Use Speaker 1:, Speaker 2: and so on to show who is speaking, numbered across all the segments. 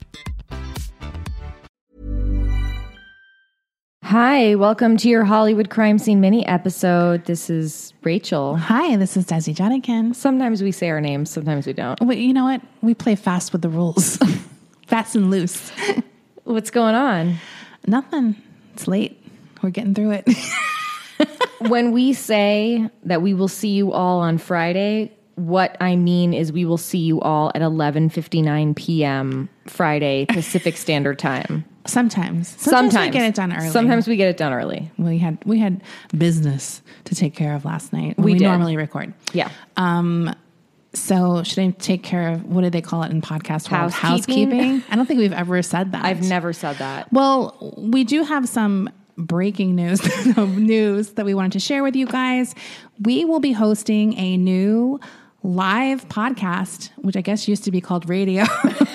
Speaker 1: Hi, welcome to your Hollywood crime scene mini episode. This is Rachel.
Speaker 2: Hi, this is Desi Jenikin.
Speaker 1: Sometimes we say our names, sometimes we don't.
Speaker 2: Wait, you know what? We play fast with the rules, fast and loose.
Speaker 1: What's going on?
Speaker 2: Nothing. It's late. We're getting through it.
Speaker 1: When we say that we will see you all on Friday, what I mean is we will see you all at 11:59 p.m. Friday Pacific Standard Time.
Speaker 2: Sometimes, sometimes,
Speaker 1: Sometimes
Speaker 2: we get it done early.
Speaker 1: Sometimes we get it done early.
Speaker 2: we had we had business to take care of last night. when
Speaker 1: We
Speaker 2: we
Speaker 1: did.
Speaker 2: normally record.
Speaker 1: Yeah.
Speaker 2: Um. So should I take care of what do they call it in podcast world?
Speaker 1: Housekeeping?
Speaker 2: Housekeeping. I don't think we've ever said that.
Speaker 1: I've never said that.
Speaker 2: Well, we do have some breaking news news that we wanted to share with you guys. We will be hosting a new live podcast, which I guess used to be called radio.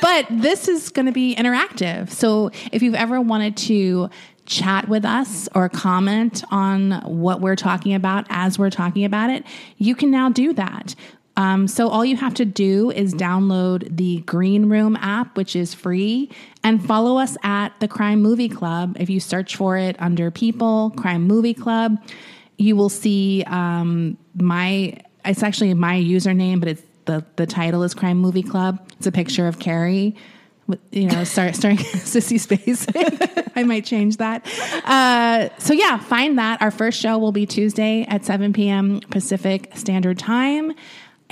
Speaker 2: but this is going to be interactive. So if you've ever wanted to chat with us or comment on what we're talking about as we're talking about it, you can now do that. Um, so all you have to do is download the Green Room app, which is free, and follow us at the Crime Movie Club. If you search for it under People Crime Movie Club, you will see um, my. It's actually my username, but it's the the title is Crime Movie Club. It's a picture of Carrie. With, you know, start, starring Sissy Spacek. I might change that. Uh, so yeah, find that. Our first show will be Tuesday at 7 p.m. Pacific Standard Time.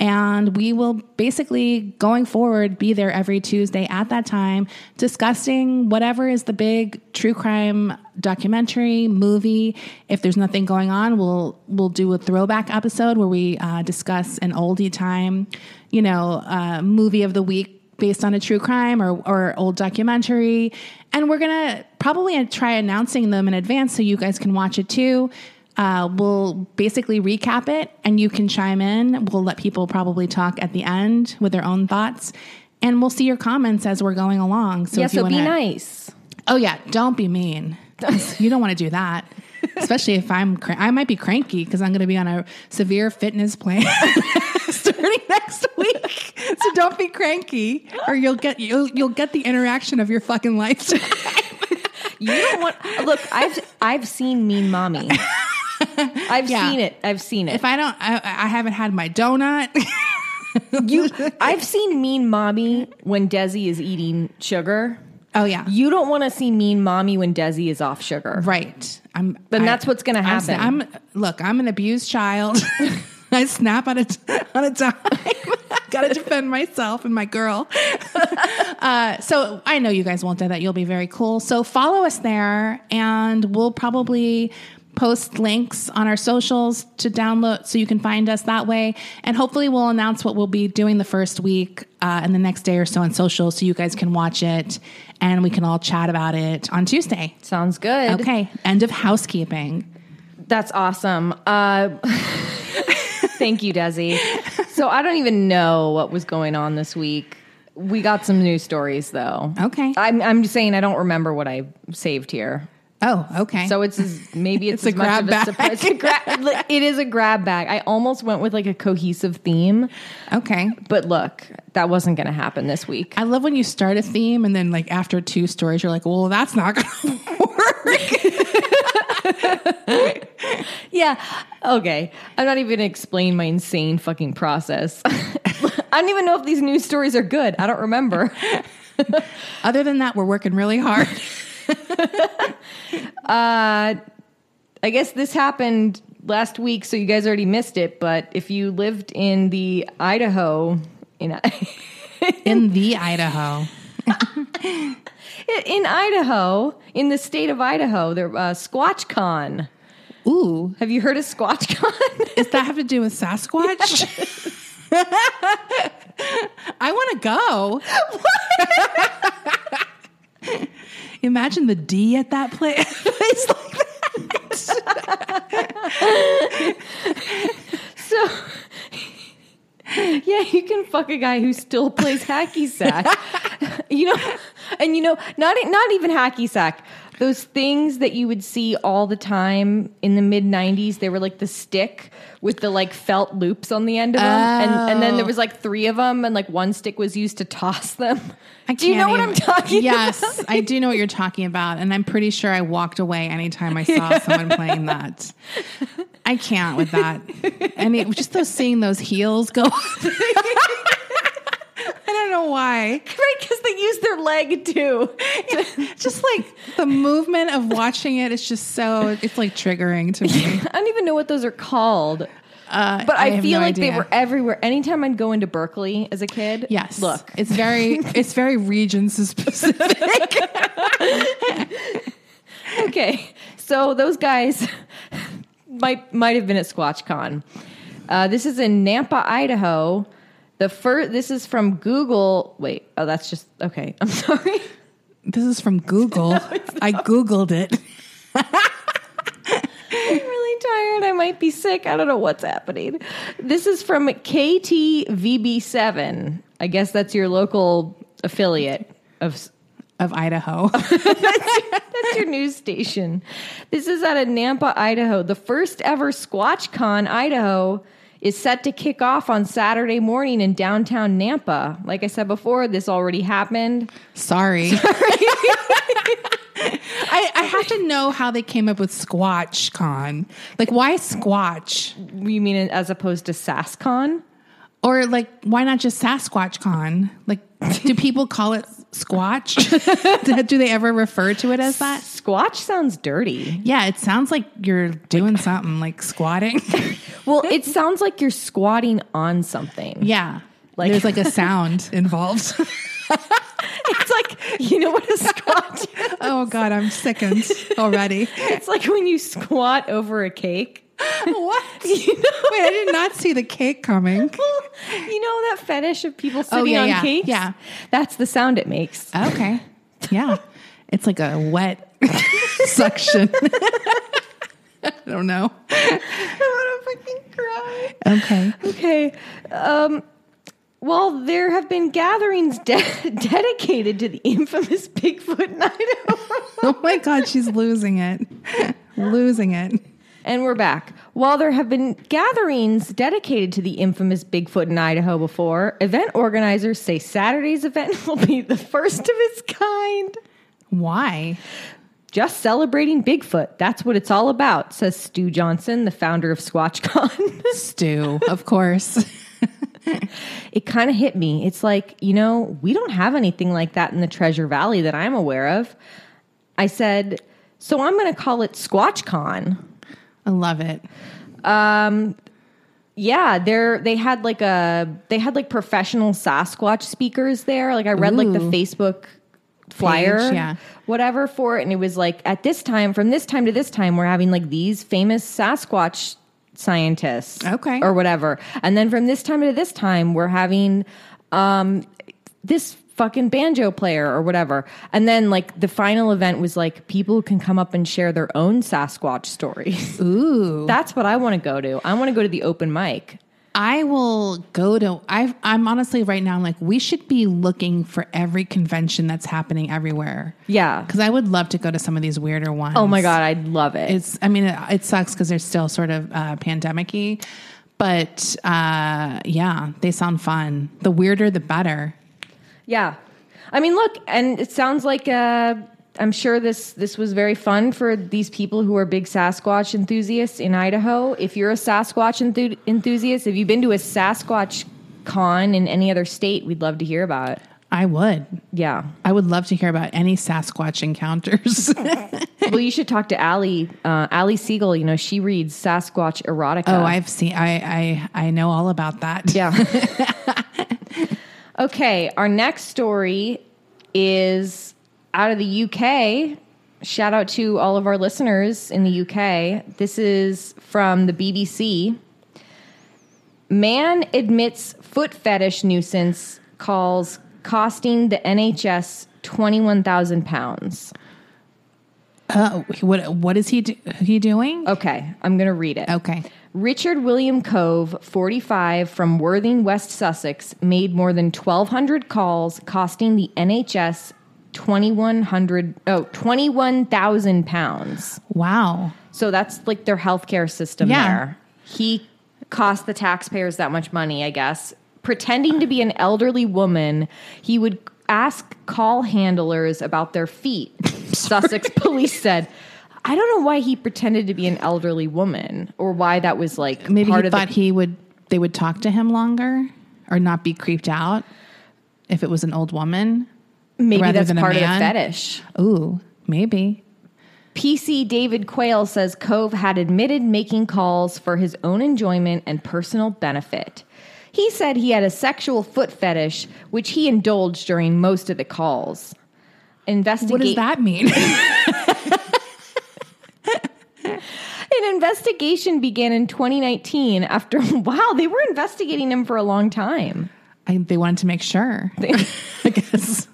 Speaker 2: And we will basically, going forward, be there every Tuesday at that time discussing whatever is the big true crime documentary, movie. If there's nothing going on, we'll we'll do a throwback episode where we uh, discuss an oldie time, you know, uh, movie of the week based on a true crime or, or old documentary. And we're going to probably try announcing them in advance so you guys can watch it too. Uh, we'll basically recap it and you can chime in. We'll let people probably talk at the end with their own thoughts. And we'll see your comments as we're going along. So
Speaker 1: yeah,
Speaker 2: if you
Speaker 1: so be
Speaker 2: wanna-
Speaker 1: nice.
Speaker 2: Oh yeah, don't be mean. you don't want to do that. Especially if I'm, cr- I might be cranky because I'm going to be on a severe fitness plan starting next week. So don't be cranky, or you'll get you'll you'll get the interaction of your fucking lifetime.
Speaker 1: You don't want Look, I've I've seen mean mommy. I've
Speaker 2: Yeah.
Speaker 1: seen it. I've seen it.
Speaker 2: If I don't, I, I haven't had my donut.
Speaker 1: You, I've seen mean mommy when Desi is eating sugar.
Speaker 2: oh yeah,
Speaker 1: You don't want to see mean mommy when Desi is off sugar.
Speaker 2: right. I'm.
Speaker 1: Then that's what's gonna
Speaker 2: I'm sa- I'm,
Speaker 1: happen.
Speaker 2: look. I'm an abused child. I snap on a on a dime. Got to defend myself and my girl. Uh, so I know you guys won't do that. You'll be very cool. So follow us there, and we'll probably post links on our socials to download so you can find us that way. And hopefully, we'll announce what we'll be doing the first week uh, and the next day or so on social so you guys can watch it and we can all chat about it on Tuesday.
Speaker 1: Sounds good.
Speaker 2: Okay, end of housekeeping.
Speaker 1: That's awesome. Uh, thank you, Desi. So I don't even know what was going on this week. We got some news stories though.
Speaker 2: Okay.
Speaker 1: I'm, I'm just saying I don't remember what I saved here.
Speaker 2: Oh, okay.
Speaker 1: So it's as, maybe it's,
Speaker 2: It's a
Speaker 1: as much
Speaker 2: grab
Speaker 1: of a
Speaker 2: bag.
Speaker 1: surprise. It's a gra- it is a grab bag. I almost went with like a cohesive theme,
Speaker 2: okay.
Speaker 1: but look, that wasn't going to happen this week.
Speaker 2: I love when you start a theme and then like after two stories you're like, well, that's not gonna work.
Speaker 1: Yeah. Okay. I'm not even gonna explain my insane fucking process. I don't even know if these news stories are good. I don't remember.
Speaker 2: Other than that, we're working really hard.
Speaker 1: I guess this happened last week, so you guys already missed it. But if you lived in the Idaho, in
Speaker 2: in the Idaho.
Speaker 1: in Idaho, in the state of Idaho, there uh, SquatchCon.
Speaker 2: Ooh,
Speaker 1: Have you heard of SquatchCon?
Speaker 2: does that have to do with Sasquatch? I want to go. Imagine the D at that pla- place. like that.
Speaker 1: So, yeah, you can fuck a guy who still plays hacky sack. you know, and you know, not not even hacky sack. Those things that you would see all the time in the mid '90s, they were like the stick with the like felt loops on the end of them, and, and then there was like three of them, and like one stick was used to toss them.
Speaker 2: I
Speaker 1: Do you know
Speaker 2: can't
Speaker 1: what
Speaker 2: even-
Speaker 1: I'm talking
Speaker 2: yes,
Speaker 1: about?
Speaker 2: I do know what you're talking about. And I'm pretty sure I walked away anytime I saw someone playing that. I can't with that. And it, just those seeing those heels go. I don't know why.
Speaker 1: Right, because they use their leg too.
Speaker 2: Just like the movement of watching it is just so, it's like triggering to me.
Speaker 1: I don't even know what those are called.
Speaker 2: Uh,
Speaker 1: But I,
Speaker 2: have
Speaker 1: feel
Speaker 2: no
Speaker 1: like they
Speaker 2: idea.
Speaker 1: were e- everywhere. Anytime I'd go into Berkeley as a kid,
Speaker 2: Yes.
Speaker 1: look,
Speaker 2: it's very it's very region specific.
Speaker 1: okay. So those guys might might have been at SquatchCon. Uh, this is in Nampa, Idaho. The first. This is from Google. Wait. Oh, that's just okay. I'm sorry.
Speaker 2: This is from Google. I googled it.
Speaker 1: I'm really tired. I might be sick. I don't know what's happening. This is from KTVB7. I guess that's your local affiliate of s-
Speaker 2: Of Idaho.
Speaker 1: That's your news station. This is out of Nampa, Idaho. The first ever SquatchCon Idaho is set to kick off on Saturday morning in downtown Nampa. Like I said before, this already happened.
Speaker 2: Sorry. I, I have to know how they came up with Squatch Con. Like, why Squatch?
Speaker 1: You mean as opposed to SaskCon?
Speaker 2: Or, like, why not just Sasquatch Con? Like, do people call it Squatch? do they ever refer to it as that?
Speaker 1: Squatch sounds dirty.
Speaker 2: Yeah, it sounds like you're doing something like squatting.
Speaker 1: Well, it sounds like you're squatting on something.
Speaker 2: yeah.
Speaker 1: Like-
Speaker 2: There's like a sound involved.
Speaker 1: It's like, you know what a squat is?
Speaker 2: oh, God, I'm sickened already.
Speaker 1: It's like when you squat over a cake.
Speaker 2: what? Wait, I did not see the cake coming.
Speaker 1: You know that fetish of people sitting
Speaker 2: Oh, yeah,
Speaker 1: on
Speaker 2: yeah,
Speaker 1: cakes?
Speaker 2: yeah.
Speaker 1: That's the sound it makes.
Speaker 2: Okay. Yeah. It's like a wet suction. I don't know.
Speaker 1: I want to fucking cry.
Speaker 2: Okay.
Speaker 1: Okay. Um, well, there have been gatherings de- dedicated to the infamous Bigfoot in Idaho.
Speaker 2: Oh my God, she's losing it. losing it.
Speaker 1: and we're back. While there have been gatherings dedicated to the infamous Bigfoot in Idaho before, event organizers say Saturday's event will be the first of its kind.
Speaker 2: Why?
Speaker 1: Just celebrating Bigfoot. That's what it's all about, says Stu Johnson, the founder of SquatchCon.
Speaker 2: Stew, of course.
Speaker 1: it kind of hit me. It's like, you know, we don't have anything like that in the Treasure Valley that I'm aware of. I said, so I'm going to call it SquatchCon.
Speaker 2: I love it.
Speaker 1: Yeah, they're they had like a they had like professional Sasquatch speakers there. Like I read like the
Speaker 2: Ooh.
Speaker 1: Facebook flyer,
Speaker 2: Page, yeah.
Speaker 1: whatever for it, and it was like at this time, from this time to this time, we're having like these famous Sasquatch scientists,
Speaker 2: Okay.
Speaker 1: or whatever, and then from this time to this time, we're having um this fucking banjo player or whatever, and then like the final event was like people can come up and share their own Sasquatch stories.
Speaker 2: Ooh.
Speaker 1: That's what I want to go to. I want to go to the open mic.
Speaker 2: I will go to I've I'm honestly right now I'm like we should be looking for every convention that's happening everywhere.
Speaker 1: Yeah.
Speaker 2: Cuz I would love to go to some of these weirder ones.
Speaker 1: Oh my god, I'd love it.
Speaker 2: it's i mean it, it sucks because they're still sort of uh, pandemic-y but uh, yeah they sound fun the weirder the better
Speaker 1: yeah, I mean, look, and it sounds like uh, I'm sure this this was very fun for these people who are big Sasquatch enthusiasts in Idaho. If you're a Sasquatch enthu- enthusiast, have you been to a Sasquatch con in any other state? We'd love to hear about it.
Speaker 2: i would
Speaker 1: Yeah.
Speaker 2: i would love to hear about any sasquatch encounters
Speaker 1: well, you should talk to Allie uh, Allie Siegel. You know, she reads Sasquatch erotica.
Speaker 2: oh i've seen I, I i know all about that
Speaker 1: Yeah. okay, our next story is out of the UK. Shout out to all of our listeners in the UK. This is from the BBC. Man admits foot fetish nuisance calls costing the NHS 21,000 pounds.
Speaker 2: Uh, what what is he do- he doing?
Speaker 1: Okay, I'm going to read it.
Speaker 2: Okay.
Speaker 1: Richard William Cove, 45, from Worthing, West Sussex, made more than 1,200 calls, costing the NHS 2100 oh 21,000 pounds.
Speaker 2: Wow.
Speaker 1: So that's like their healthcare system
Speaker 2: Yeah.
Speaker 1: there. He cost the taxpayers that much money, I guess. Pretending to be an elderly woman, he would ask call handlers about their feet. Sussex police said, I don't know why he pretended to be an elderly woman or why that was like
Speaker 2: Maybe
Speaker 1: part
Speaker 2: he
Speaker 1: of the-
Speaker 2: thought he would they would talk to him longer or not be creeped out if it was an old woman.
Speaker 1: maybe
Speaker 2: rather
Speaker 1: that's
Speaker 2: than a
Speaker 1: part of the
Speaker 2: man.
Speaker 1: fetish.
Speaker 2: Ooh, maybe.
Speaker 1: PC David Quayle says Cove had admitted making calls for his own enjoyment and personal benefit. He said he had a sexual foot fetish, which he indulged during most of the calls. Investigate-
Speaker 2: What does that mean?
Speaker 1: An investigation began in 2019 after, wow, they were investigating him for a long time.
Speaker 2: I, they wanted to make sure. I guess.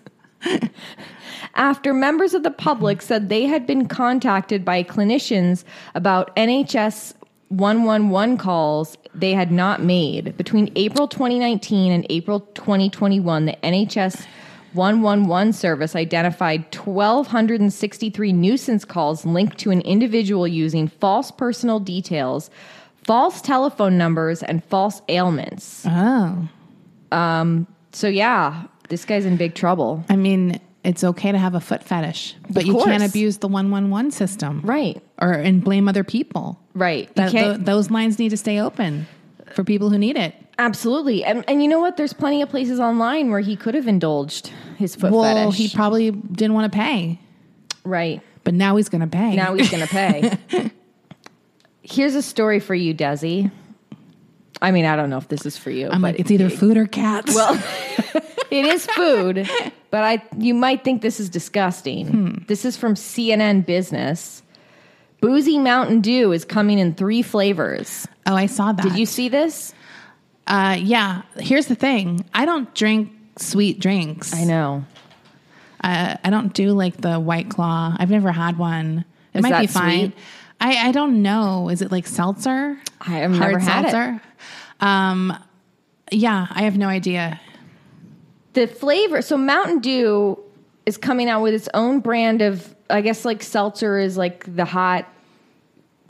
Speaker 1: after members of the public said they had been contacted by clinicians about NHS 111 calls they had not made. Between April 2019 and April 2021, the NHS 111 service identified 1,263 nuisance calls linked to an individual using false personal details, false telephone numbers, and false ailments.
Speaker 2: Oh.
Speaker 1: So, yeah, this guy's in big trouble.
Speaker 2: I mean, it's okay to have a foot fetish, but you can't
Speaker 1: course.
Speaker 2: abuse the 111 system.
Speaker 1: Right,
Speaker 2: Or and blame other people.
Speaker 1: right. You
Speaker 2: That,
Speaker 1: can't-
Speaker 2: tho- those lines need to stay open for people who need it.
Speaker 1: Absolutely. And and you know what? There's plenty of places online where he could have indulged his foot
Speaker 2: Well,
Speaker 1: fetish.
Speaker 2: he probably didn't want to pay,
Speaker 1: right.
Speaker 2: but now he's going to pay.
Speaker 1: Now he's going to pay. Here's a story for you, Desi. I mean, I don't know if this is for you,
Speaker 2: I'm
Speaker 1: but
Speaker 2: like, it's either food or cats. Well,
Speaker 1: it is food, but I you might think this is disgusting.
Speaker 2: Hmm.
Speaker 1: This is from CNN Business. Boozy Mountain Dew is coming in three flavors.
Speaker 2: oh, I saw that.
Speaker 1: Did you see this?
Speaker 2: Uh, yeah. Here's the thing. I don't drink sweet drinks.
Speaker 1: I know.
Speaker 2: I, I don't do like the white claw. I've never had one. It
Speaker 1: Is
Speaker 2: might be
Speaker 1: that
Speaker 2: fine.
Speaker 1: sweet?
Speaker 2: I, I don't know. Is it like seltzer?
Speaker 1: I have never had it.
Speaker 2: It. Um, yeah, I have no idea.
Speaker 1: the flavor so mountain dew is coming out with its own brand of i guess like seltzer is like the hot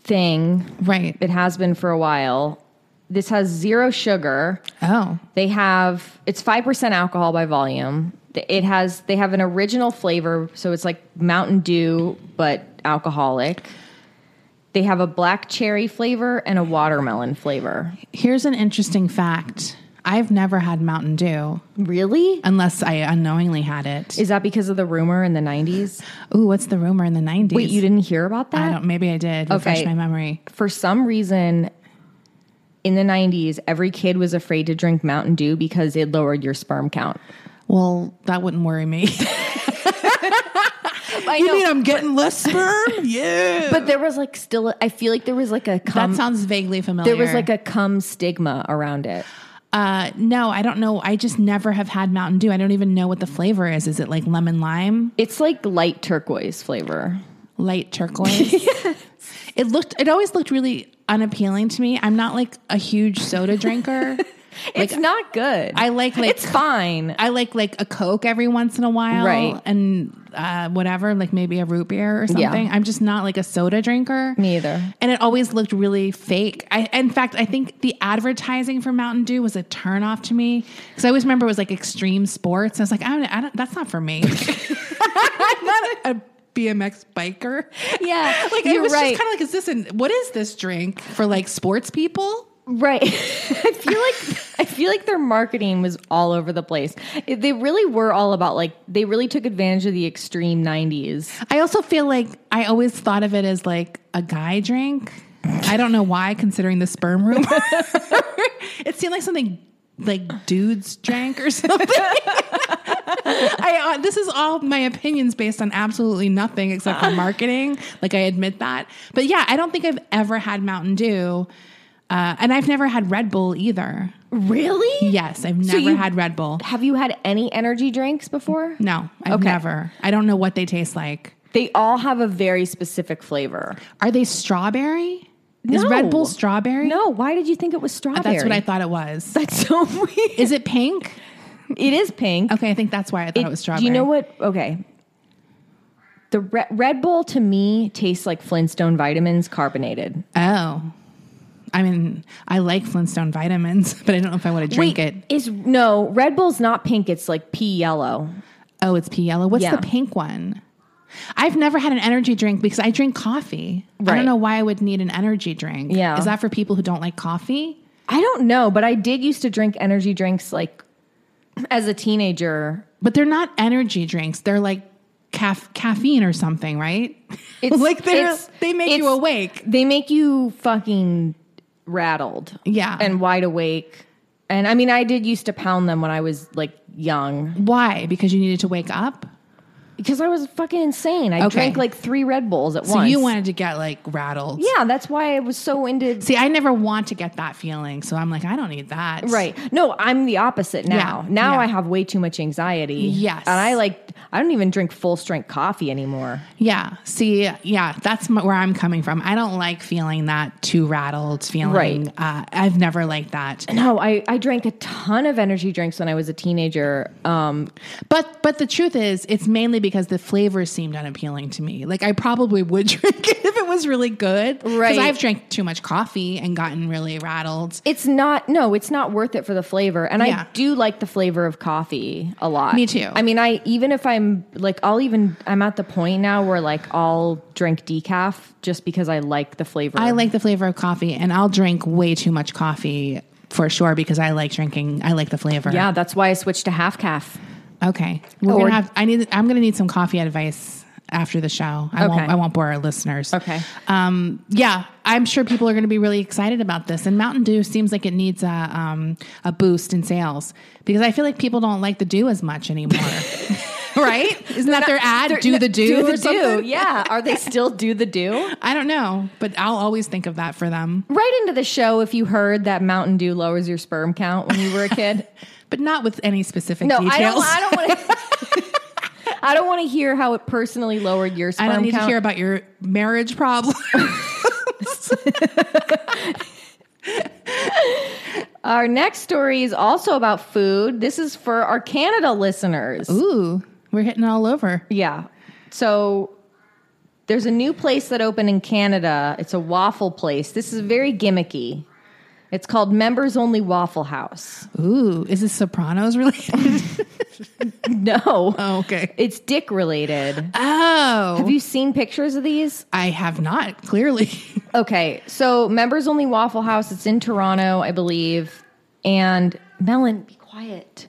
Speaker 1: thing
Speaker 2: Right.
Speaker 1: it has been for a while this has zero sugar
Speaker 2: Oh,
Speaker 1: they have it's 5% alcohol by volume it has they have an original flavor so it's like mountain dew but alcoholic they have a black cherry flavor and a watermelon flavor
Speaker 2: here's an interesting fact. I've never had Mountain Dew
Speaker 1: really
Speaker 2: unless I unknowingly had it.
Speaker 1: is that because of the rumor in the 90s
Speaker 2: Ooh, what's the rumor in the 90s?
Speaker 1: wait you didn't hear about that
Speaker 2: I don't, maybe I did. Refresh
Speaker 1: Okay.
Speaker 2: my memory.
Speaker 1: for some reason in the 90s every kid was afraid to drink mountain dew because it lowered your sperm count
Speaker 2: Well, that wouldn't worry me.
Speaker 1: i know
Speaker 2: I'm getting less sperm? Yeah.
Speaker 1: but there was like still i feel like there was like a
Speaker 2: That
Speaker 1: cum
Speaker 2: sounds vaguely familiar.
Speaker 1: there was like a cum stigma around it
Speaker 2: Uh, no, I don't know. I just never have had Mountain Dew. I don't even know what the flavor is. Is it like lemon lime,
Speaker 1: it's like light turquoise flavor
Speaker 2: light turquoise? It looked. It always looked really unappealing to me. I'm not like a huge soda drinker.
Speaker 1: it's not good
Speaker 2: I like like
Speaker 1: it's fine
Speaker 2: I like like a Coke every once in a while,
Speaker 1: Right.
Speaker 2: And uh, whatever, like maybe a root beer or something. I'm just not like a soda drinker.
Speaker 1: Me either.
Speaker 2: And it always looked really fake. I, in fact, I think the advertising for Mountain Dew was a turnoff to me because I always remember it was like extreme sports. I was like, I don't, I don't that's not for me. I'm not a BMX biker.
Speaker 1: yeah
Speaker 2: Like it
Speaker 1: you're
Speaker 2: was
Speaker 1: right
Speaker 2: just kind of like, is this an what is this drink for like sports people?
Speaker 1: right i feel like i feel like their marketing was all over the place It- they really were all about like they really took advantage of the extreme 90s
Speaker 2: I also feel like I always thought of it as like a guy drink. I don't know why, considering the sperm rumor. it seemed like something like dudes drank or something. I, uh, this is all my opinions based on absolutely nothing except for marketing. Like I admit that, but yeah, I don't think I've ever had Mountain Dew, uh, and I've never had Red Bull either.
Speaker 1: Really?
Speaker 2: Yes, I've never
Speaker 1: you-
Speaker 2: had Red Bull.
Speaker 1: Have you had any energy drinks before?
Speaker 2: No, I've
Speaker 1: Okay.
Speaker 2: never. I don't know what they taste like.
Speaker 1: They all have a very specific flavor.
Speaker 2: Are they strawberry? Is Red Bull strawberry? Uh,
Speaker 1: No, why did you think it was strawberry?
Speaker 2: That's what I thought it was.
Speaker 1: That's so weird.
Speaker 2: Is it pink?
Speaker 1: It is pink.
Speaker 2: Okay, I think that's why I thought it, was strawberry.
Speaker 1: Do you know what? Okay. The Re- Red Bull to me tastes like Flintstone vitamins carbonated.
Speaker 2: Oh. I mean, I like Flintstone vitamins, but I don't know if I want to drink it.
Speaker 1: Is no Red Bull's not pink. It's like pea yellow.
Speaker 2: Oh, it's pea yellow. What's
Speaker 1: Yeah.
Speaker 2: the pink one? I've never had an energy drink because I drink coffee. I
Speaker 1: Right.
Speaker 2: don't know why I would need an energy drink.
Speaker 1: Yeah.
Speaker 2: Is that for people who don't like coffee?
Speaker 1: I don't know, but I did used to drink energy drinks like as a teenager.
Speaker 2: But they're not energy drinks. They're like caf- caffeine or something, right?
Speaker 1: It's
Speaker 2: like they're
Speaker 1: it's-
Speaker 2: they make you
Speaker 1: it's-
Speaker 2: awake.
Speaker 1: They make you fucking rattled.
Speaker 2: Yeah.
Speaker 1: And wide awake. And I mean, I did used to pound them when I was like young
Speaker 2: Why? Because you needed to wake up?
Speaker 1: because I was fucking insane. I
Speaker 2: Okay.
Speaker 1: drank like three Red Bulls at
Speaker 2: So
Speaker 1: once.
Speaker 2: you wanted to get like rattled.
Speaker 1: Yeah, that's why I was so into
Speaker 2: See, I never want to get that feeling. So I'm like, I don't need that.
Speaker 1: Right. No, I'm the opposite now.
Speaker 2: Yeah,
Speaker 1: Now
Speaker 2: yeah.
Speaker 1: I have way too much anxiety.
Speaker 2: Yes.
Speaker 1: And I like, I don't even drink full strength coffee anymore.
Speaker 2: Yeah. See, yeah, that's m- where I'm coming from. I don't like feeling that too rattled feeling.
Speaker 1: Right.
Speaker 2: Uh, I've never liked that.
Speaker 1: No, I, I drank a ton of energy drinks when I was a teenager. Um,
Speaker 2: But but the truth is, it's mainly because the flavor seemed unappealing to me. Like I probably would drink it if it was really good.
Speaker 1: Right.
Speaker 2: Because I've drank too much coffee and gotten really rattled.
Speaker 1: it's not, no, it's not worth it for the flavor. And
Speaker 2: Yeah.
Speaker 1: I do like the flavor of coffee a lot.
Speaker 2: Me too.
Speaker 1: I mean, I, even if I'm like, I'll even, I'm at the point now where like I'll drink decaf just because I like the flavor.
Speaker 2: I like the flavor of coffee, and I'll drink way too much coffee for sure because I like drinking. I like the flavor.
Speaker 1: Yeah, that's why I switched to half calf.
Speaker 2: Okay. We're
Speaker 1: Oh, Or-
Speaker 2: gonna have. I need. I'm gonna need some coffee advice after the show. I
Speaker 1: Okay.
Speaker 2: won't. I won't bore our listeners.
Speaker 1: Okay.
Speaker 2: Um. Yeah. I'm sure people are gonna be really excited about this. And Mountain Dew seems like it needs a um a boost in sales because I feel like people don't like the dew as much anymore. right? Isn't that their ad? do the dew
Speaker 1: do
Speaker 2: or
Speaker 1: the do.
Speaker 2: something?
Speaker 1: Yeah. Are they still do the do?
Speaker 2: I don't know, but I'll always think of that for them.
Speaker 1: Right into the show if you heard that Mountain Dew lowers your sperm count when you were a kid.
Speaker 2: But not with any specific
Speaker 1: No,
Speaker 2: details.
Speaker 1: I don't I don't want to I don't want to hear how it personally lowered your
Speaker 2: I
Speaker 1: sperm
Speaker 2: don't need
Speaker 1: count.
Speaker 2: to hear about your marriage problem.
Speaker 1: Our next story is also about food. This is for our Canada listeners.
Speaker 2: Ooh, we're hitting all over.
Speaker 1: Yeah. So there's a new place that opened in Canada. It's a waffle place. This is very gimmicky. It's called Members Only Waffle House.
Speaker 2: Ooh, is this Sopranos related?
Speaker 1: No.
Speaker 2: Oh, okay.
Speaker 1: It's dick related.
Speaker 2: Oh,
Speaker 1: Have you seen pictures of these?
Speaker 2: I have not clearly.
Speaker 1: Okay, so members only Waffle House. It's in Toronto, I believe. And Melon, be quiet.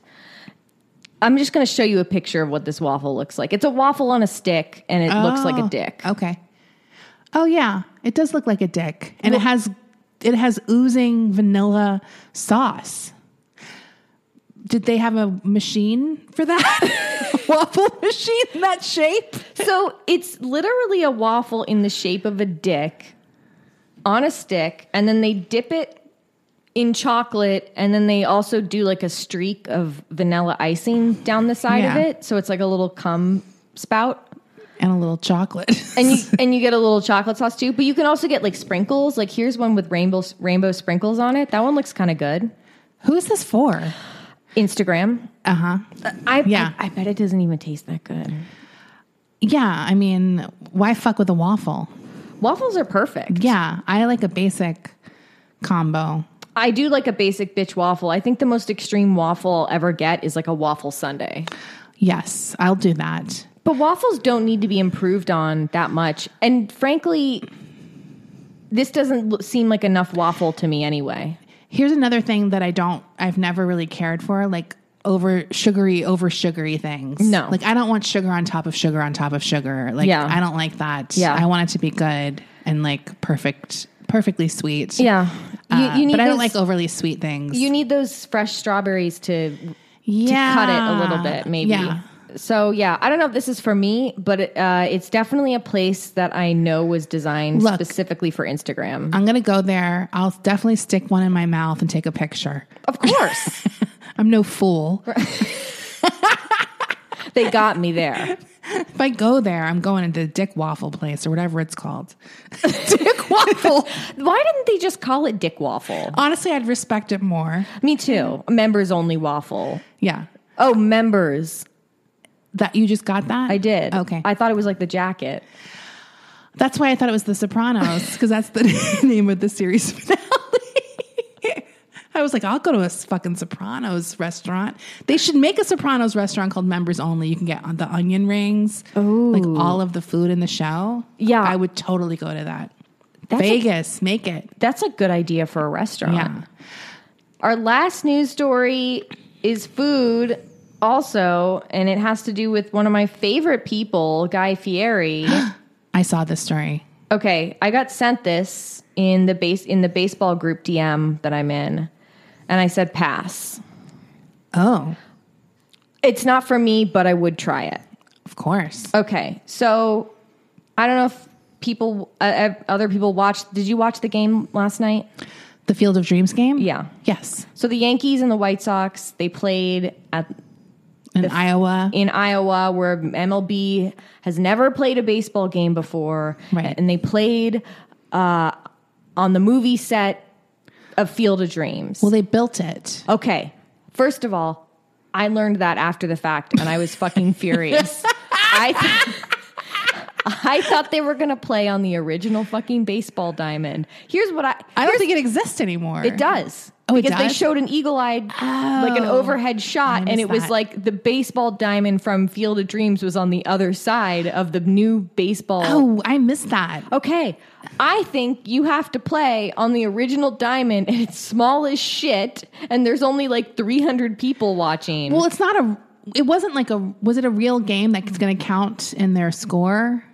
Speaker 1: I'm just going to show you a picture of what this waffle looks like. It's a waffle on a stick, and it looks like
Speaker 2: Oh.
Speaker 1: a dick.
Speaker 2: Okay. Oh yeah, it does look like a dick, and it has it has oozing vanilla sauce. Did they have a machine for that? Waffle machine in that shape?
Speaker 1: so it's literally a waffle in the shape of a dick on a stick, and then they dip it in chocolate, and then they also do like a streak of vanilla icing down the side
Speaker 2: Yeah.
Speaker 1: of it. So it's like a little cum spout.
Speaker 2: And a little chocolate.
Speaker 1: and you and you get a little chocolate sauce too. But you can also get like sprinkles. Like here's one with rainbow rainbow sprinkles on it. That one looks kind of good.
Speaker 2: Who is this for?
Speaker 1: Instagram.
Speaker 2: Uh huh.
Speaker 1: I
Speaker 2: Yeah.
Speaker 1: I, I bet it doesn't even taste that good.
Speaker 2: Yeah, I mean, why fuck with a waffle?
Speaker 1: Waffles are perfect.
Speaker 2: Yeah, I like a basic combo.
Speaker 1: I do like a basic bitch waffle. I think the most extreme waffle I'll ever get is like a waffle sundae.
Speaker 2: Yes, I'll do that.
Speaker 1: But waffles don't need to be improved on that much. And frankly, this doesn't lo- seem like enough waffle to me anyway.
Speaker 2: Here's another thing that I don't, I've never really cared for, like over sugary, over sugary things.
Speaker 1: No.
Speaker 2: Like I don't want sugar on top of sugar on top of sugar. Like
Speaker 1: Yeah.
Speaker 2: I don't like that.
Speaker 1: Yeah.
Speaker 2: I want it to be good and like perfect, perfectly sweet.
Speaker 1: Yeah. You,
Speaker 2: Uh,
Speaker 1: you need
Speaker 2: but I don't
Speaker 1: those-
Speaker 2: like overly sweet things.
Speaker 1: you need those fresh strawberries to
Speaker 2: yeah.
Speaker 1: cut it a little bit, maybe.
Speaker 2: Yeah.
Speaker 1: So yeah, I don't know if this is for me, but it, uh, it's definitely a place that I know was designed
Speaker 2: Look.
Speaker 1: specifically for Instagram.
Speaker 2: I'm going to go there. I'll definitely stick one in my mouth and take a picture.
Speaker 1: of course,
Speaker 2: I'm no fool.
Speaker 1: They got me there.
Speaker 2: If I go there, I'm going to the Dick Waffle place or whatever it's called.
Speaker 1: Dick waffle. Why didn't they just call it dick waffle?
Speaker 2: Honestly, I'd respect it more.
Speaker 1: Me too. Members only waffle.
Speaker 2: Yeah.
Speaker 1: Oh, members.
Speaker 2: That you just got that?
Speaker 1: I did.
Speaker 2: Okay.
Speaker 1: I thought it was like the jacket.
Speaker 2: that's why I thought it was The Sopranos because that's the name of the series finale. I was like, I'll go to a fucking Sopranos restaurant. They should make a Sopranos restaurant called Members Only. You can get on the onion rings, like all of the food in the show.
Speaker 1: Yeah.
Speaker 2: I would totally go to that.
Speaker 1: That's a-
Speaker 2: Vegas, make it.
Speaker 1: That's a good idea for a restaurant.
Speaker 2: Yeah.
Speaker 1: Our last news story is food also, and it has to do with one of my favorite people, Guy Fieri.
Speaker 2: I saw this story.
Speaker 1: okay, I got sent this in the base in the baseball group DM that I'm in, and I said pass.
Speaker 2: Oh,
Speaker 1: It's not for me, but I would try it.
Speaker 2: of course.
Speaker 1: Okay, so I don't know if people, uh, uh, other people watched. Did you watch the game last night?
Speaker 2: The Field of Dreams game?
Speaker 1: Yeah.
Speaker 2: Yes.
Speaker 1: So the Yankees and the White Sox they played at
Speaker 2: In Iowa.
Speaker 1: in Iowa where MLB has never played a baseball game before.
Speaker 2: Right.
Speaker 1: And they played uh, on the movie set of Field of Dreams.
Speaker 2: well, they built it.
Speaker 1: okay. First of all, I learned that after the fact and I was fucking furious. I th- I thought they were going to play on the original fucking baseball diamond. Here's what I
Speaker 2: I don't
Speaker 1: here's-
Speaker 2: think it exists anymore.
Speaker 1: it does. Oh.
Speaker 2: Oh, it
Speaker 1: because they
Speaker 2: does?
Speaker 1: showed an eagle-eyed, like an overhead shot, and
Speaker 2: missed
Speaker 1: it was
Speaker 2: that.
Speaker 1: like the baseball diamond from Field of Dreams was on the other side of the new baseball.
Speaker 2: Oh, I missed that.
Speaker 1: Okay, I think you have to play on the original diamond, and it's small as shit, and there's only like 300 people watching.
Speaker 2: Well, it's not a. It wasn't like a. Was it a real game that's going to count in their score?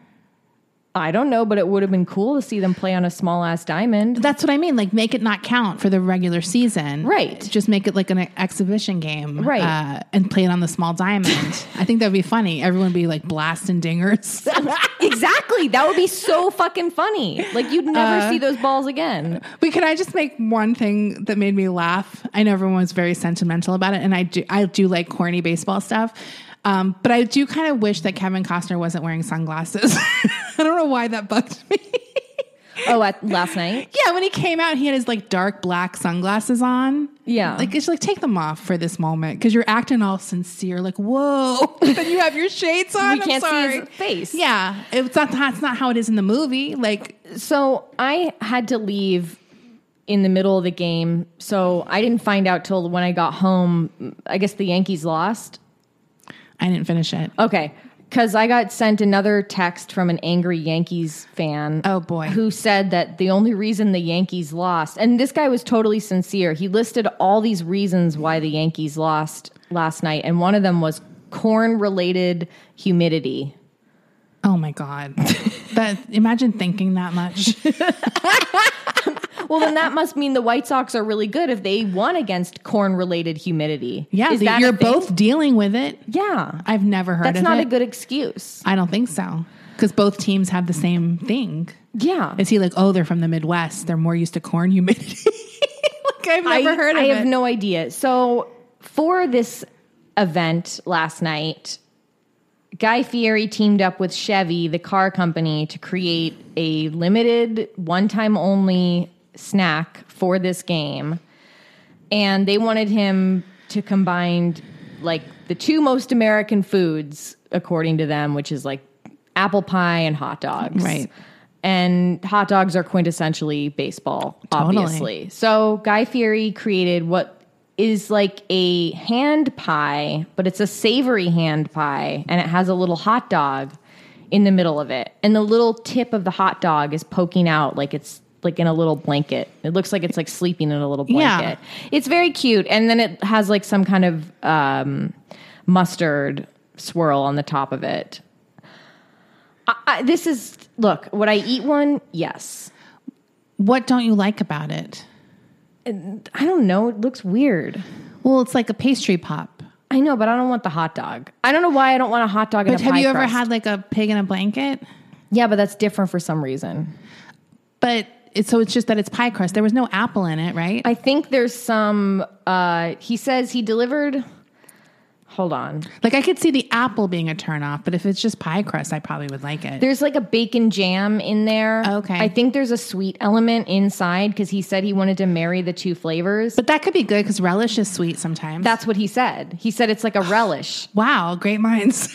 Speaker 1: I don't know, but it would have been cool to see them play on a small ass diamond.
Speaker 2: That's what I mean. Like, make it not count for the regular season,
Speaker 1: Right.
Speaker 2: Just make it like an exhibition game,
Speaker 1: Right.
Speaker 2: Uh, and play it on the small diamond. I think that'd be funny. Everyone would be like blasting dingers.
Speaker 1: exactly, that would be so fucking funny. Like you'd never see those balls again.
Speaker 2: But can I just make one thing that made me laugh? I know everyone was very sentimental about it, and I do I do like corny baseball stuff. Um, but I do kind of wish that Kevin Costner wasn't wearing sunglasses. I don't know why that bugged me.
Speaker 1: Oh, at last night.
Speaker 2: Yeah, when he came out, he had his like dark black sunglasses on.
Speaker 1: Yeah.
Speaker 2: Like it's like take them off for this moment because you're acting all sincere, like whoa. Then you have your shades on.
Speaker 1: We
Speaker 2: I'm
Speaker 1: can't see his
Speaker 2: sorry.
Speaker 1: face.
Speaker 2: Yeah, it's not that's not how it is in the movie. Like
Speaker 1: So I had to leave in the middle of the game. So I didn't find out till when I got home. I guess the Yankees lost.
Speaker 2: I didn't finish it.
Speaker 1: Okay. Because I got sent another text from an angry Yankees fan.
Speaker 2: Oh, boy.
Speaker 1: Who said that the only reason the Yankees lost, and this guy was totally sincere. He listed all these reasons why the Yankees lost last night, and one of them was corn related humidity.
Speaker 2: Oh my god. that imagine thinking that much.
Speaker 1: Well, then that must mean the White Sox are really good if they won against corn related humidity.
Speaker 2: Yeah,
Speaker 1: Is
Speaker 2: the-
Speaker 1: that a
Speaker 2: you're
Speaker 1: thing?
Speaker 2: both dealing with it.
Speaker 1: Yeah.
Speaker 2: I've never heard
Speaker 1: That's
Speaker 2: of
Speaker 1: not
Speaker 2: it.
Speaker 1: a good excuse.
Speaker 2: I don't think so because both teams have the same thing.
Speaker 1: Yeah.
Speaker 2: Is he like, oh, they're from the Midwest? They're more used to corn humidity. like I've never
Speaker 1: I,
Speaker 2: heard of
Speaker 1: I
Speaker 2: it.
Speaker 1: have no idea. So for this event last night, Guy Fieri teamed up with Chevy, the car company, to create a limited, one-time only snack for this game, and they wanted him to combine like the two most American foods, according to them, which is like apple pie and hot dogs,
Speaker 2: Right.
Speaker 1: And hot dogs are quintessentially baseball,
Speaker 2: Totally.
Speaker 1: obviously. So Guy Fieri created what is like a hand pie, but it's a savory hand pie, and it has a little hot dog in the middle of it, and the little tip of the hot dog is poking out like it's like in a little blanket. It looks like it's like sleeping in a little
Speaker 2: Yeah.
Speaker 1: blanket. It's very cute, and then it has like some kind of um, mustard swirl on the top of it. I, I, this is look. Would I eat one? Yes.
Speaker 2: what don't you like about it?
Speaker 1: I don't know. It looks weird.
Speaker 2: Well, it's like a pastry pop.
Speaker 1: I know, but I don't want the hot dog. I don't know why I don't want a hot dog. in
Speaker 2: But
Speaker 1: a
Speaker 2: have
Speaker 1: pie
Speaker 2: you ever
Speaker 1: crust.
Speaker 2: had like a pig in a blanket?
Speaker 1: Yeah, but that's different for some reason.
Speaker 2: But it's, so it's just that it's pie crust. There was no apple in it, right?
Speaker 1: I think there's some. Uh, he says he delivered Hold on.
Speaker 3: Like I could see the apple being a turnoff, but if it's just pie crust, I probably would like it.
Speaker 1: There's like a bacon jam in there.
Speaker 3: Okay.
Speaker 1: I think there's a sweet element inside because he said he wanted to marry the two flavors.
Speaker 3: but that could be good because relish is sweet sometimes.
Speaker 1: That's what he said. He said it's like a relish.
Speaker 3: wow, great minds.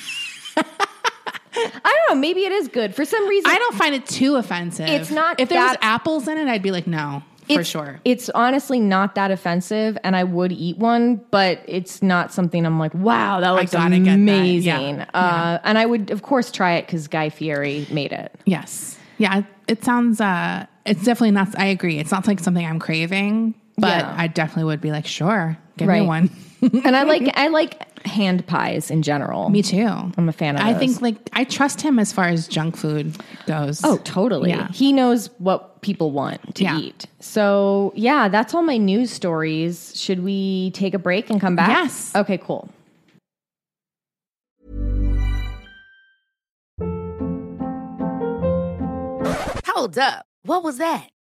Speaker 1: I don't know. Maybe it is good for some reason.
Speaker 3: I don't find it too offensive.
Speaker 1: It's not
Speaker 3: If there was
Speaker 1: that-
Speaker 3: apples in it, I'd be like, no, for
Speaker 1: It's-
Speaker 3: sure.
Speaker 1: It's honestly not that offensive, and I would eat one, but it's not something I'm like, wow, that looks
Speaker 3: gotta get that.
Speaker 1: amazing.
Speaker 3: Yeah.
Speaker 1: Uh, and I would, of course, try it because Guy Fieri made it.
Speaker 3: Yes. Yeah. It sounds. uh It's definitely not. I agree. It's not like something I'm craving, but
Speaker 1: Yeah.
Speaker 3: I definitely would be like, sure, give
Speaker 1: Right.
Speaker 3: me one.
Speaker 1: and I like, I like hand pies in general.
Speaker 3: me too. I'm
Speaker 1: a fan of
Speaker 3: I
Speaker 1: those.
Speaker 3: think like I trust him as far as junk food goes.
Speaker 1: Oh, totally.
Speaker 3: Yeah.
Speaker 1: He knows what people want to
Speaker 3: Yeah.
Speaker 1: eat. So, yeah, that's all my news stories. Should we take a break and come back?
Speaker 3: Yes.
Speaker 1: Okay, cool.
Speaker 4: Hold up. What was that?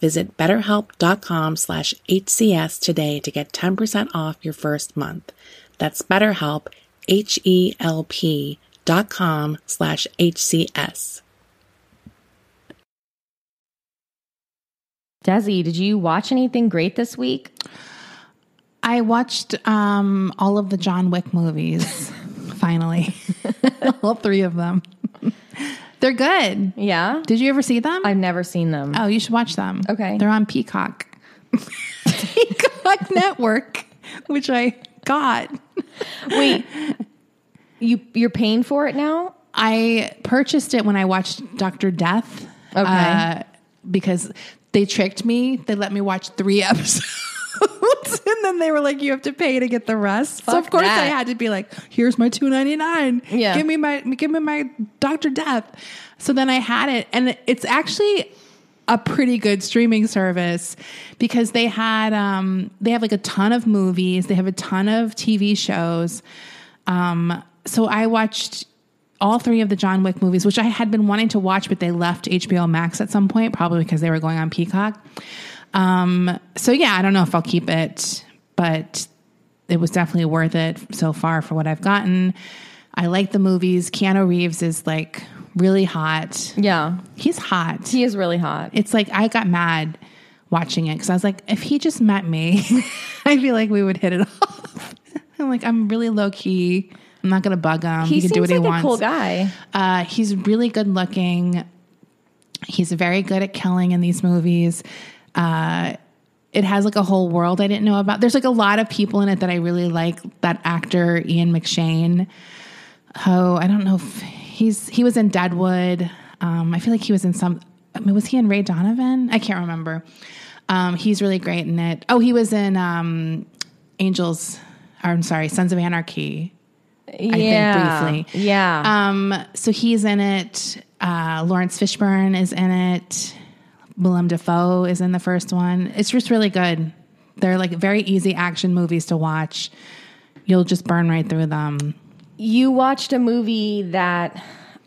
Speaker 2: Visit betterhelp.com slash HCS today to get 10% off your first month. That's betterhelp, H-E-L-P dot com slash HCS.
Speaker 1: Desi, did you watch anything great this week?
Speaker 3: I watched um all of the John Wick movies. finally, all three of them. They're good.
Speaker 1: Yeah.
Speaker 3: Did you ever see them?
Speaker 1: I've never seen them.
Speaker 3: Oh, you should watch them.
Speaker 1: Okay.
Speaker 3: They're on Peacock. Peacock Network, which I got.
Speaker 1: Wait. You you're paying for it now?
Speaker 3: I purchased it when I watched Dr. Death. uh,
Speaker 1: Okay.
Speaker 3: because they tricked me. They let me watch three episodes. and then they were like, you have to pay to get the rest. so of
Speaker 1: Fuck
Speaker 3: course
Speaker 1: that.
Speaker 3: I had to be like, here's my two ninety nine.
Speaker 1: Yeah.
Speaker 3: Give me my give me my Dr. Death. So then I had it. And it's actually a pretty good streaming service because they had um, they have like a ton of movies, they have a ton of TV shows. Um, so I watched all three of the John Wick movies, which I had been wanting to watch, but they left HBO Max at some point, probably because they were going on Peacock. Um, so yeah, I don't know if I'll keep it, but it was definitely worth it so far for what I've gotten. I like the movies. Keanu Reeves is like really hot.
Speaker 1: Yeah.
Speaker 3: He's hot.
Speaker 1: He is really hot.
Speaker 3: It's like I got mad watching it because I was like, if he just met me, I feel like we would hit it off. I'm like, I'm really low key. I'm not gonna bug him.
Speaker 1: He
Speaker 3: can
Speaker 1: seems
Speaker 3: do what
Speaker 1: like
Speaker 3: he
Speaker 1: a
Speaker 3: wants.
Speaker 1: cool guy.
Speaker 3: Uh, he's really good looking. He's very good at killing in these movies. Uh, it has like a whole world I didn't know about. There's like a lot of people in it that I really like. That actor Ian McShane. Oh, I don't know if he's he was in Deadwood. Um, I feel like he was in some. I mean, was he in Ray Donovan? I can't remember. Um, he's really great in it. Oh, he was in um, Angels. Or, I'm sorry, Sons of Anarchy. I
Speaker 1: yeah.
Speaker 3: think briefly.
Speaker 1: Yeah.
Speaker 3: Um, so he's in it. Uh, Lawrence Fishburne is in it. Willem Dafoe is in the first one. It's just really good. They're like very easy action movies to watch. You'll just burn right through them.
Speaker 1: you watched a movie that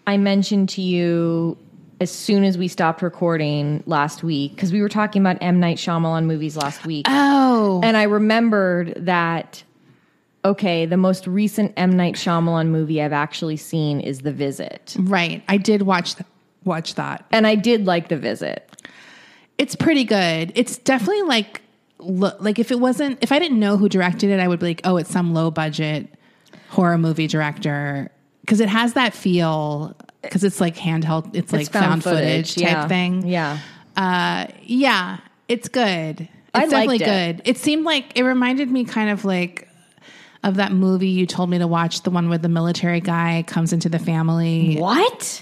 Speaker 1: I mentioned to you as soon as we stopped recording last week because we were talking about M Night Shyamalan movies last week,
Speaker 3: Oh,
Speaker 1: and I remembered that. Okay, the most recent M Night Shyamalan movie I've actually seen is The Visit,
Speaker 3: right. I did watch th- watch that.
Speaker 1: and I did like The Visit.
Speaker 3: It's pretty good. It's definitely like lo- like if it wasn't if I didn't know who directed it, I would be like, oh, it's some low budget horror movie director because it has that feel. Because it's like handheld, it's, like
Speaker 1: It's
Speaker 3: found, footage, type
Speaker 1: yeah.
Speaker 3: thing.
Speaker 1: Yeah,
Speaker 3: Uh, yeah, it's good. It's
Speaker 1: I liked
Speaker 3: definitely
Speaker 1: it.
Speaker 3: good. It seemed like it reminded me kind of like of that movie you told me to watch, the one where the military guy comes into the family.
Speaker 1: what?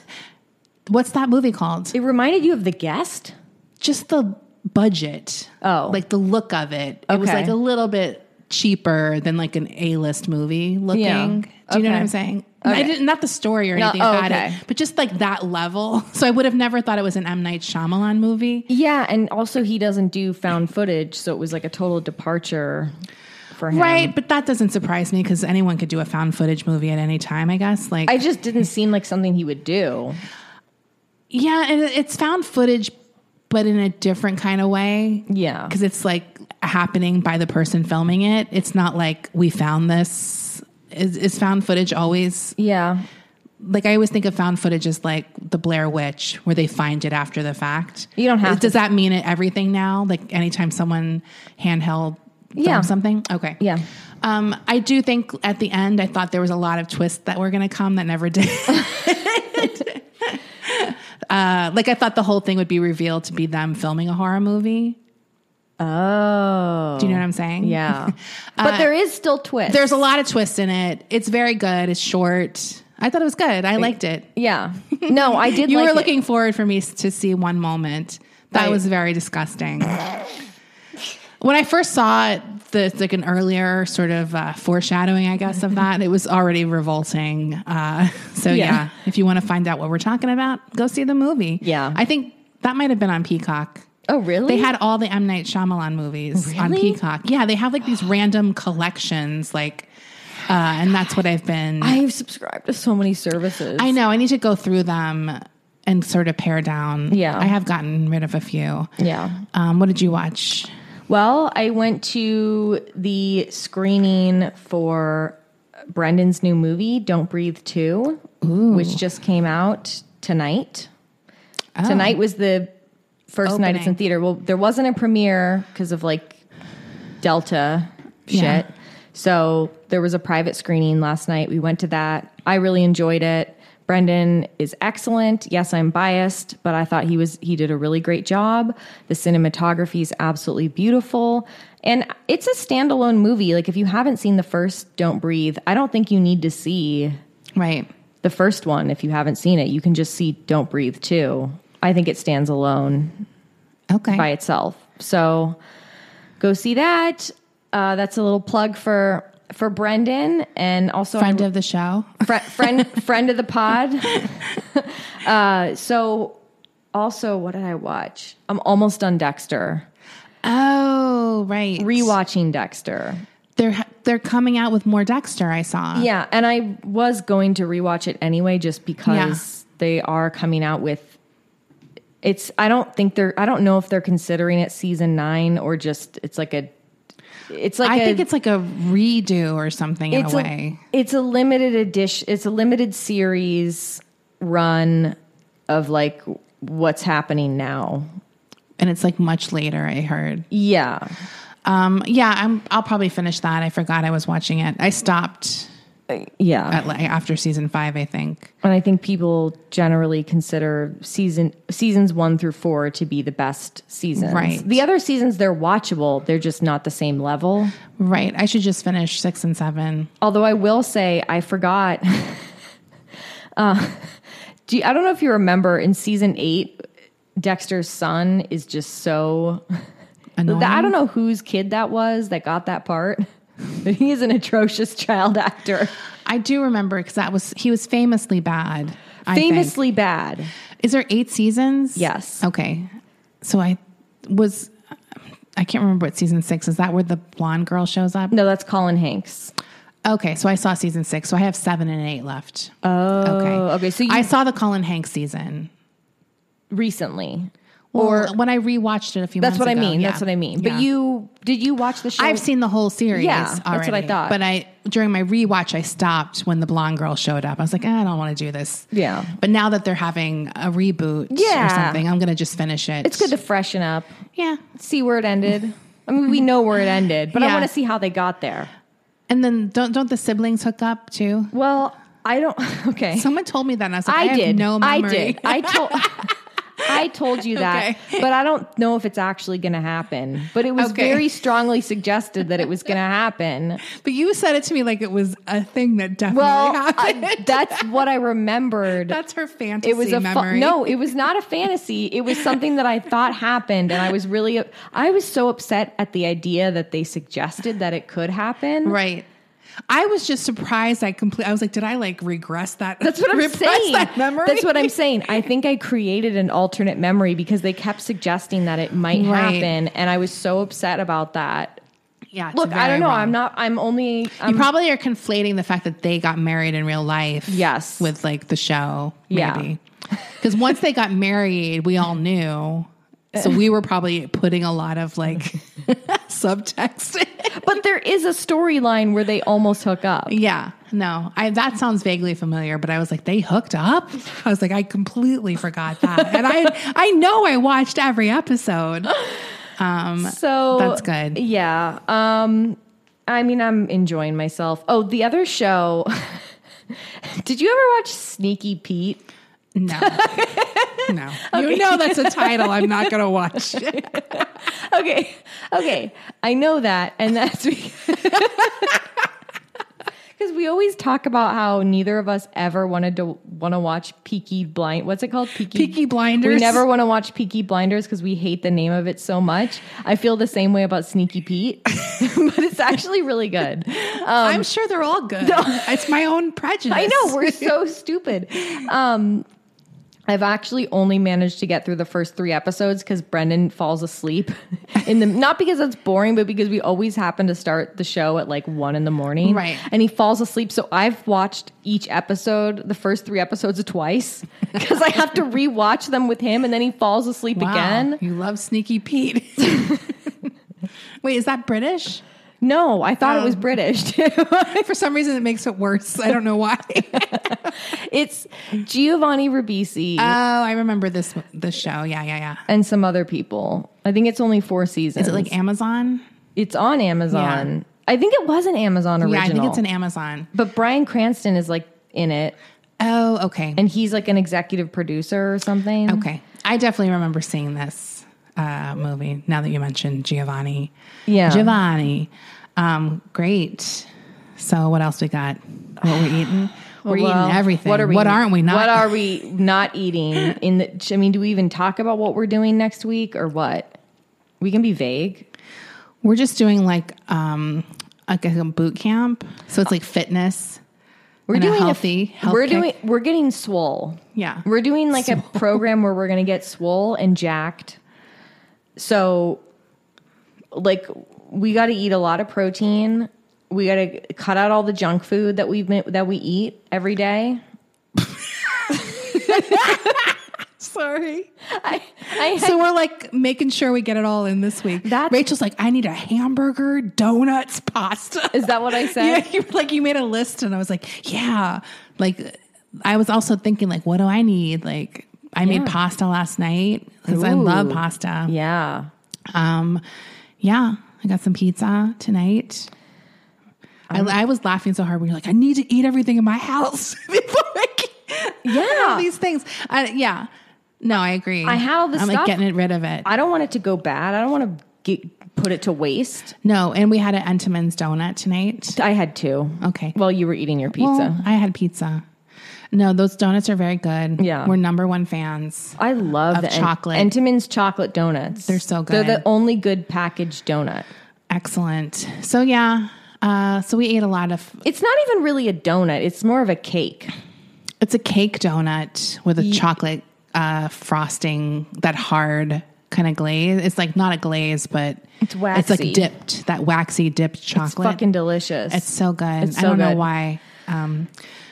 Speaker 3: What's that movie called?
Speaker 1: It reminded you of The Guest.
Speaker 3: Just the budget.
Speaker 1: Oh.
Speaker 3: like the look of it. It was
Speaker 1: Okay.
Speaker 3: like a little bit cheaper than like an A-list movie looking. Do you know what
Speaker 1: Okay.
Speaker 3: I'm saying? I didn't, not the story or
Speaker 1: No,
Speaker 3: anything
Speaker 1: oh,
Speaker 3: about
Speaker 1: okay.
Speaker 3: it, but just like that level. So I would have never thought it was an M. Night Shyamalan movie.
Speaker 1: Yeah, and also he doesn't do found footage, so it was like a total departure for him.
Speaker 3: Right, but that doesn't surprise me because anyone could do a found footage movie at any time, I guess. Like,
Speaker 1: I just didn't seem like something he would do.
Speaker 3: yeah, and it- it's found footage, but in a different kind of way.
Speaker 1: Yeah.
Speaker 3: Because it's like happening by the person filming it. It's not like we found this. Is, is found footage always
Speaker 1: Yeah.
Speaker 3: like I always think of found footage as like the Blair Witch, where they find it after the fact.
Speaker 1: You don't have
Speaker 3: Does that mean it everything now? Like anytime someone handheld films
Speaker 1: Yeah.
Speaker 3: something? Okay.
Speaker 1: Yeah.
Speaker 3: Um, I do think at the end, I thought there was a lot of twists that were going to come that never did. uh, like I thought the whole thing would be revealed to be them filming a horror movie.
Speaker 1: Oh.
Speaker 3: Do you know what I'm saying?
Speaker 1: Yeah. but there is still twist.
Speaker 3: Uh, There's a lot of twists in it. It's very good. It's short. I thought it was good. I liked it.
Speaker 1: Yeah. No, I did
Speaker 3: You
Speaker 1: like
Speaker 3: were
Speaker 1: it.
Speaker 3: looking forward for me s- to see one moment. That
Speaker 1: Right.
Speaker 3: was very disgusting. when I first saw it, the, like an earlier sort of uh, foreshadowing, I guess, of that, it was already revolting. Uh, so, yeah.
Speaker 1: Yeah.
Speaker 3: if you want to find out what we're talking about, go see the movie.
Speaker 1: Yeah.
Speaker 3: I think that might have been on Peacock.
Speaker 1: Oh, really?
Speaker 3: They had all the M. Night Shyamalan movies on
Speaker 1: Really?
Speaker 3: Peacock. Yeah, they have like these random collections, like, uh, and that's what I've been.
Speaker 1: I've subscribed to so many services.
Speaker 3: I know. I need to go through them and sort of pare down.
Speaker 1: Yeah.
Speaker 3: I have gotten rid of a few.
Speaker 1: Yeah.
Speaker 3: Um, what did you watch?
Speaker 1: Well, I went to the screening for Brendan's new movie, Don't Breathe 2, which just came out tonight. Tonight was the first night it's in
Speaker 3: Opening.
Speaker 1: theater. Well, there wasn't a premiere because of like Delta shit.
Speaker 3: Yeah.
Speaker 1: So there was a private screening last night. We went to that. I really enjoyed it. Brendan is excellent. Yes, I'm biased, but I thought he was he did a really great job. The cinematography is absolutely beautiful. And it's a standalone movie. Like if you haven't seen the first Don't Breathe, I don't think you need to see
Speaker 3: Right.
Speaker 1: the first one if you haven't seen it. You can just see Don't Breathe too. I think it stands alone
Speaker 3: Okay.
Speaker 1: by itself. So go see that. Uh, that's a little plug for for Brendan and also
Speaker 3: Friend of the show.
Speaker 1: Fri friend friend of the pod. uh, so Also, what did I watch? I'm almost done Dexter.
Speaker 3: Oh, right.
Speaker 1: Rewatching Dexter.
Speaker 3: They're ha- they're coming out with more Dexter. I saw.
Speaker 1: Yeah, and I was going to rewatch it anyway just because they are coming out with it's I don't think they're I don't know if they're considering it season 9 or just it's like a it's like
Speaker 3: I
Speaker 1: a-
Speaker 3: think it's like a redo or something in a way.
Speaker 1: it's a limited edition. It's a limited series run of like what's happening now.
Speaker 3: and it's like much later. I heard.
Speaker 1: Yeah,
Speaker 3: Um, yeah, I'm, I'll probably finish that. I forgot I was watching it. I stopped
Speaker 1: yeah.
Speaker 3: at like after season five. I think.
Speaker 1: And I think people generally consider season seasons one through four to be the best seasons.
Speaker 3: Right.
Speaker 1: The other seasons they're watchable. They're just not the same level.
Speaker 3: Right. I should just finish six and seven.
Speaker 1: Although I will say, I forgot. uh, do you- I don't know if you remember in season eight, Dexter's son is just so.
Speaker 3: Annoying.
Speaker 1: I don't know whose kid that was that got that part, but he is an atrocious child actor,
Speaker 3: I do remember because that was he was famously bad. I think.
Speaker 1: famously bad.
Speaker 3: is there eight seasons?
Speaker 1: Yes.
Speaker 3: Okay. So I was. I can't remember what season six is. That where the blonde girl shows up?
Speaker 1: No, that's Colin Hanks.
Speaker 3: Okay, so I saw season six. So I have seven and eight left.
Speaker 1: Oh,
Speaker 3: okay.
Speaker 1: okay. So you
Speaker 3: I saw the Colin Hanks season.
Speaker 1: recently.
Speaker 3: Or when I rewatched it a few
Speaker 1: That's
Speaker 3: months
Speaker 1: what I
Speaker 3: ago,
Speaker 1: mean.
Speaker 3: yeah.
Speaker 1: That's what I mean.
Speaker 3: Yeah.
Speaker 1: But you did you watch the show?
Speaker 3: I've seen the whole series.
Speaker 1: Yeah, that's what I
Speaker 3: already,
Speaker 1: thought.
Speaker 3: But I during my rewatch, I stopped when the blonde girl showed up. I was like, "Ah, I don't want to do this.
Speaker 1: Yeah.
Speaker 3: But now that they're having a reboot or
Speaker 1: Yeah.
Speaker 3: something, I'm going to just finish it.
Speaker 1: It's good to freshen up,
Speaker 3: yeah.
Speaker 1: see where it ended. I mean, we know where it ended, but
Speaker 3: Yeah.
Speaker 1: I want to see how they got there.
Speaker 3: And then don't don't the siblings hook up too?
Speaker 1: Well, I don't. Okay,
Speaker 3: Someone told me that, and I was like, I,
Speaker 1: I,
Speaker 3: have
Speaker 1: did.
Speaker 3: no memory.
Speaker 1: I did. I told. I told you that,
Speaker 3: Okay.
Speaker 1: but I don't know if it's actually going to happen. But it was
Speaker 3: Okay.
Speaker 1: very strongly suggested that it was going to happen.
Speaker 3: but you said it to me like it was a thing that definitely
Speaker 1: Well,
Speaker 3: happened.
Speaker 1: I- that's what I remembered.
Speaker 3: That's her fantasy
Speaker 1: it was a fu-
Speaker 3: memory.
Speaker 1: no. It was not a fantasy. It was something that I thought happened, and I was really, I was so upset at the idea that they suggested that it could happen.
Speaker 3: Right. I was just surprised. I complete. I was like, did I like regress that?
Speaker 1: That's what I'm
Speaker 3: repress
Speaker 1: saying.
Speaker 3: That memory.
Speaker 1: That's what I'm saying. I think I created an alternate memory because they kept suggesting that it might
Speaker 3: Right.
Speaker 1: happen, and I was so upset about that.
Speaker 3: Yeah. it's
Speaker 1: Look, I
Speaker 3: very
Speaker 1: don't know.
Speaker 3: wrong.
Speaker 1: I'm not. I'm only. I'm,
Speaker 3: You probably are conflating the fact that they got married in real life.
Speaker 1: Yes.
Speaker 3: With like the show.
Speaker 1: Yeah.
Speaker 3: Maybe. Because once they got married, we all knew. So we were probably putting a lot of like subtext. in.
Speaker 1: but there is a storyline where they almost hook up.
Speaker 3: yeah. No. I that sounds vaguely familiar, but I was like, they hooked up? I was like, I completely forgot that. And I I know I watched every episode.
Speaker 1: So
Speaker 3: That's good.
Speaker 1: Yeah. Um. I mean, I'm enjoying myself. Oh, the other show. Did you ever watch Sneaky Pete?
Speaker 3: No. No. You know that's a title I'm not gonna watch.
Speaker 1: okay, okay. I know that, and that's because we always talk about how neither of us ever wanted to want to watch Peaky Blind. What's it called? Peaky,
Speaker 3: Peaky Blinders.
Speaker 1: We never want to watch Peaky Blinders because we hate the name of it so much. I feel the same way about Sneaky Pete, but it's actually really good.
Speaker 3: I'm sure they're all good. It's my own prejudice.
Speaker 1: I know we're so stupid. Um, I've actually only managed to get through the first three episodes because Brendan falls asleep in the not because it's boring, but because we always happen to start the show at like one in the morning,
Speaker 3: Right.
Speaker 1: And he falls asleep, so I've watched each episode, the first three episodes, twice because I have to rewatch them with him, and then he falls asleep
Speaker 3: Wow,
Speaker 1: again.
Speaker 3: You love Sneaky Pete. Wait, is that British?
Speaker 1: No, I thought it
Speaker 3: Um.
Speaker 1: was British too.
Speaker 3: For some reason, it makes it worse. I don't know why. oh,
Speaker 1: it's Giovanni Ribisi
Speaker 3: Oh, I remember this this show. Yeah, yeah, yeah.
Speaker 1: and some other people. I think it's only four seasons.
Speaker 3: Is it like Amazon?
Speaker 1: It's on Amazon. I think it was an Amazon original.
Speaker 3: Yeah, I think it's an Amazon.
Speaker 1: But Brian Cranston is like in it,
Speaker 3: Oh, okay,
Speaker 1: and he's like an executive producer or something.
Speaker 3: okay. I definitely remember seeing this uh, movie. Now that you mentioned Giovanni,
Speaker 1: Yeah.
Speaker 3: Giovanni, um, great. So, what else we got? What we're eating? We're
Speaker 1: Well,
Speaker 3: eating everything.
Speaker 1: What are we?
Speaker 3: What aren't we not?
Speaker 1: What are we not eating? In the, I mean, do we even talk about what we're doing next week or what? We can be vague.
Speaker 3: We're just doing like um like a boot camp. So it's like fitness.
Speaker 1: We're
Speaker 3: and a
Speaker 1: doing
Speaker 3: healthy health
Speaker 1: We're
Speaker 3: kick.
Speaker 1: doing. We're getting swole.
Speaker 3: Yeah.
Speaker 1: We're doing like a program where we're going to get swole and jacked. So, like, we got to eat a lot of protein. We got to cut out all the junk food that we've been, that we eat every day.
Speaker 3: Sorry.
Speaker 1: I, I
Speaker 3: So we're like making sure we get it all in this week.
Speaker 1: That's-
Speaker 3: Rachel's like, I need a hamburger, donuts, pasta.
Speaker 1: is that what I said?
Speaker 3: Yeah, you, like you made a list, and I was like, yeah. Like I was also thinking, like, what do I need? Like I made pasta last night because I
Speaker 1: Ooh.
Speaker 3: love pasta.
Speaker 1: Yeah.
Speaker 3: Um, yeah, I got some pizza tonight. I,
Speaker 1: Um,
Speaker 3: I was laughing so hard when you're like, I need to eat everything in my house before I can.
Speaker 1: Yeah.
Speaker 3: all these things. I, yeah, no, I agree.
Speaker 1: I had all this
Speaker 3: I'm like
Speaker 1: stuff.
Speaker 3: getting rid of it.
Speaker 1: I don't want it to go bad. I don't want to get, put it to waste.
Speaker 3: no, and we had an Entenmann's donut tonight.
Speaker 1: I had two.
Speaker 3: Okay.
Speaker 1: Well, you were eating your pizza.
Speaker 3: Well, I had pizza. No, those donuts are very good.
Speaker 1: Yeah.
Speaker 3: we're number one fans.
Speaker 1: I love
Speaker 3: Of
Speaker 1: the En-
Speaker 3: chocolate.
Speaker 1: Entenmann's chocolate donuts.
Speaker 3: They're so
Speaker 1: They're
Speaker 3: good.
Speaker 1: the only good packaged donut.
Speaker 3: Excellent. So yeah, uh, so we ate a lot of.
Speaker 1: It's not even really a donut. It's more of a cake.
Speaker 3: It's a cake donut with a chocolate uh, frosting, that hard kind of glaze. It's like not a glaze, but
Speaker 1: It's
Speaker 3: It's
Speaker 1: waxy.
Speaker 3: like dipped, that waxy dipped chocolate.
Speaker 1: It's fucking delicious.
Speaker 3: It's so good.
Speaker 1: It's
Speaker 3: I
Speaker 1: so
Speaker 3: don't know
Speaker 1: good.
Speaker 3: why. Um,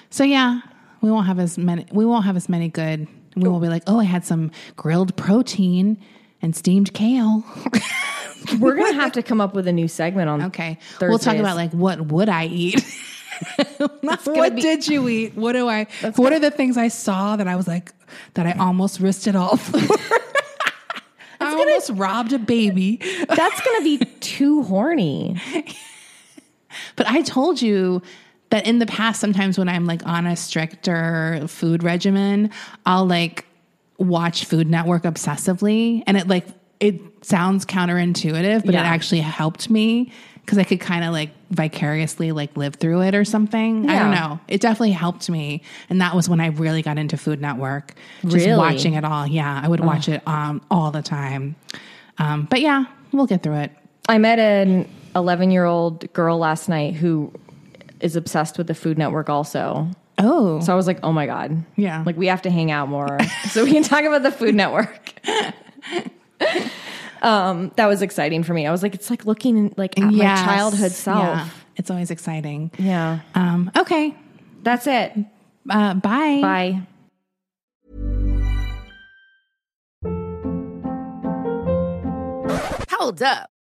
Speaker 3: so yeah, we won't have as many. We won't have as many good. We will be like, oh, I had some grilled protein and steamed kale.
Speaker 1: We're gonna have to come up with a new segment on.
Speaker 3: Okay, we'll talk
Speaker 1: Thursdays.
Speaker 3: about like what would I eat.
Speaker 1: gonna
Speaker 3: what
Speaker 1: be-
Speaker 3: did you eat? What do I? What are the things I saw that I was like that I almost risked it all for? I almost robbed a baby.
Speaker 1: That's gonna be too horny.
Speaker 3: But I told you that in the past, sometimes when I'm like on a stricter food regimen, I'll like watch Food Network obsessively. And it like, it sounds counterintuitive, but
Speaker 1: Yeah.
Speaker 3: it actually helped me because I could kind of like vicariously like live through it or something. I don't
Speaker 1: Yeah.
Speaker 3: know. It definitely helped me. And that was when I really got into Food Network, just
Speaker 1: Really?
Speaker 3: watching it all. Yeah. I would watch it um, all the time. Um, but yeah, we'll get through it.
Speaker 1: I met an 11 year old girl last night who is obsessed with the Food Network. Also,
Speaker 3: Oh,
Speaker 1: so I was like, oh my god,
Speaker 3: Yeah.
Speaker 1: Like we have to hang out more so we can talk about the Food Network. um, that was exciting for me. I was like, it's like looking like at
Speaker 3: Yes.
Speaker 1: my childhood
Speaker 3: Yeah.
Speaker 1: self.
Speaker 3: It's always exciting.
Speaker 1: Yeah,
Speaker 3: Um, okay.
Speaker 1: that's it.
Speaker 3: Uh, bye.
Speaker 1: Bye.
Speaker 4: Hold up.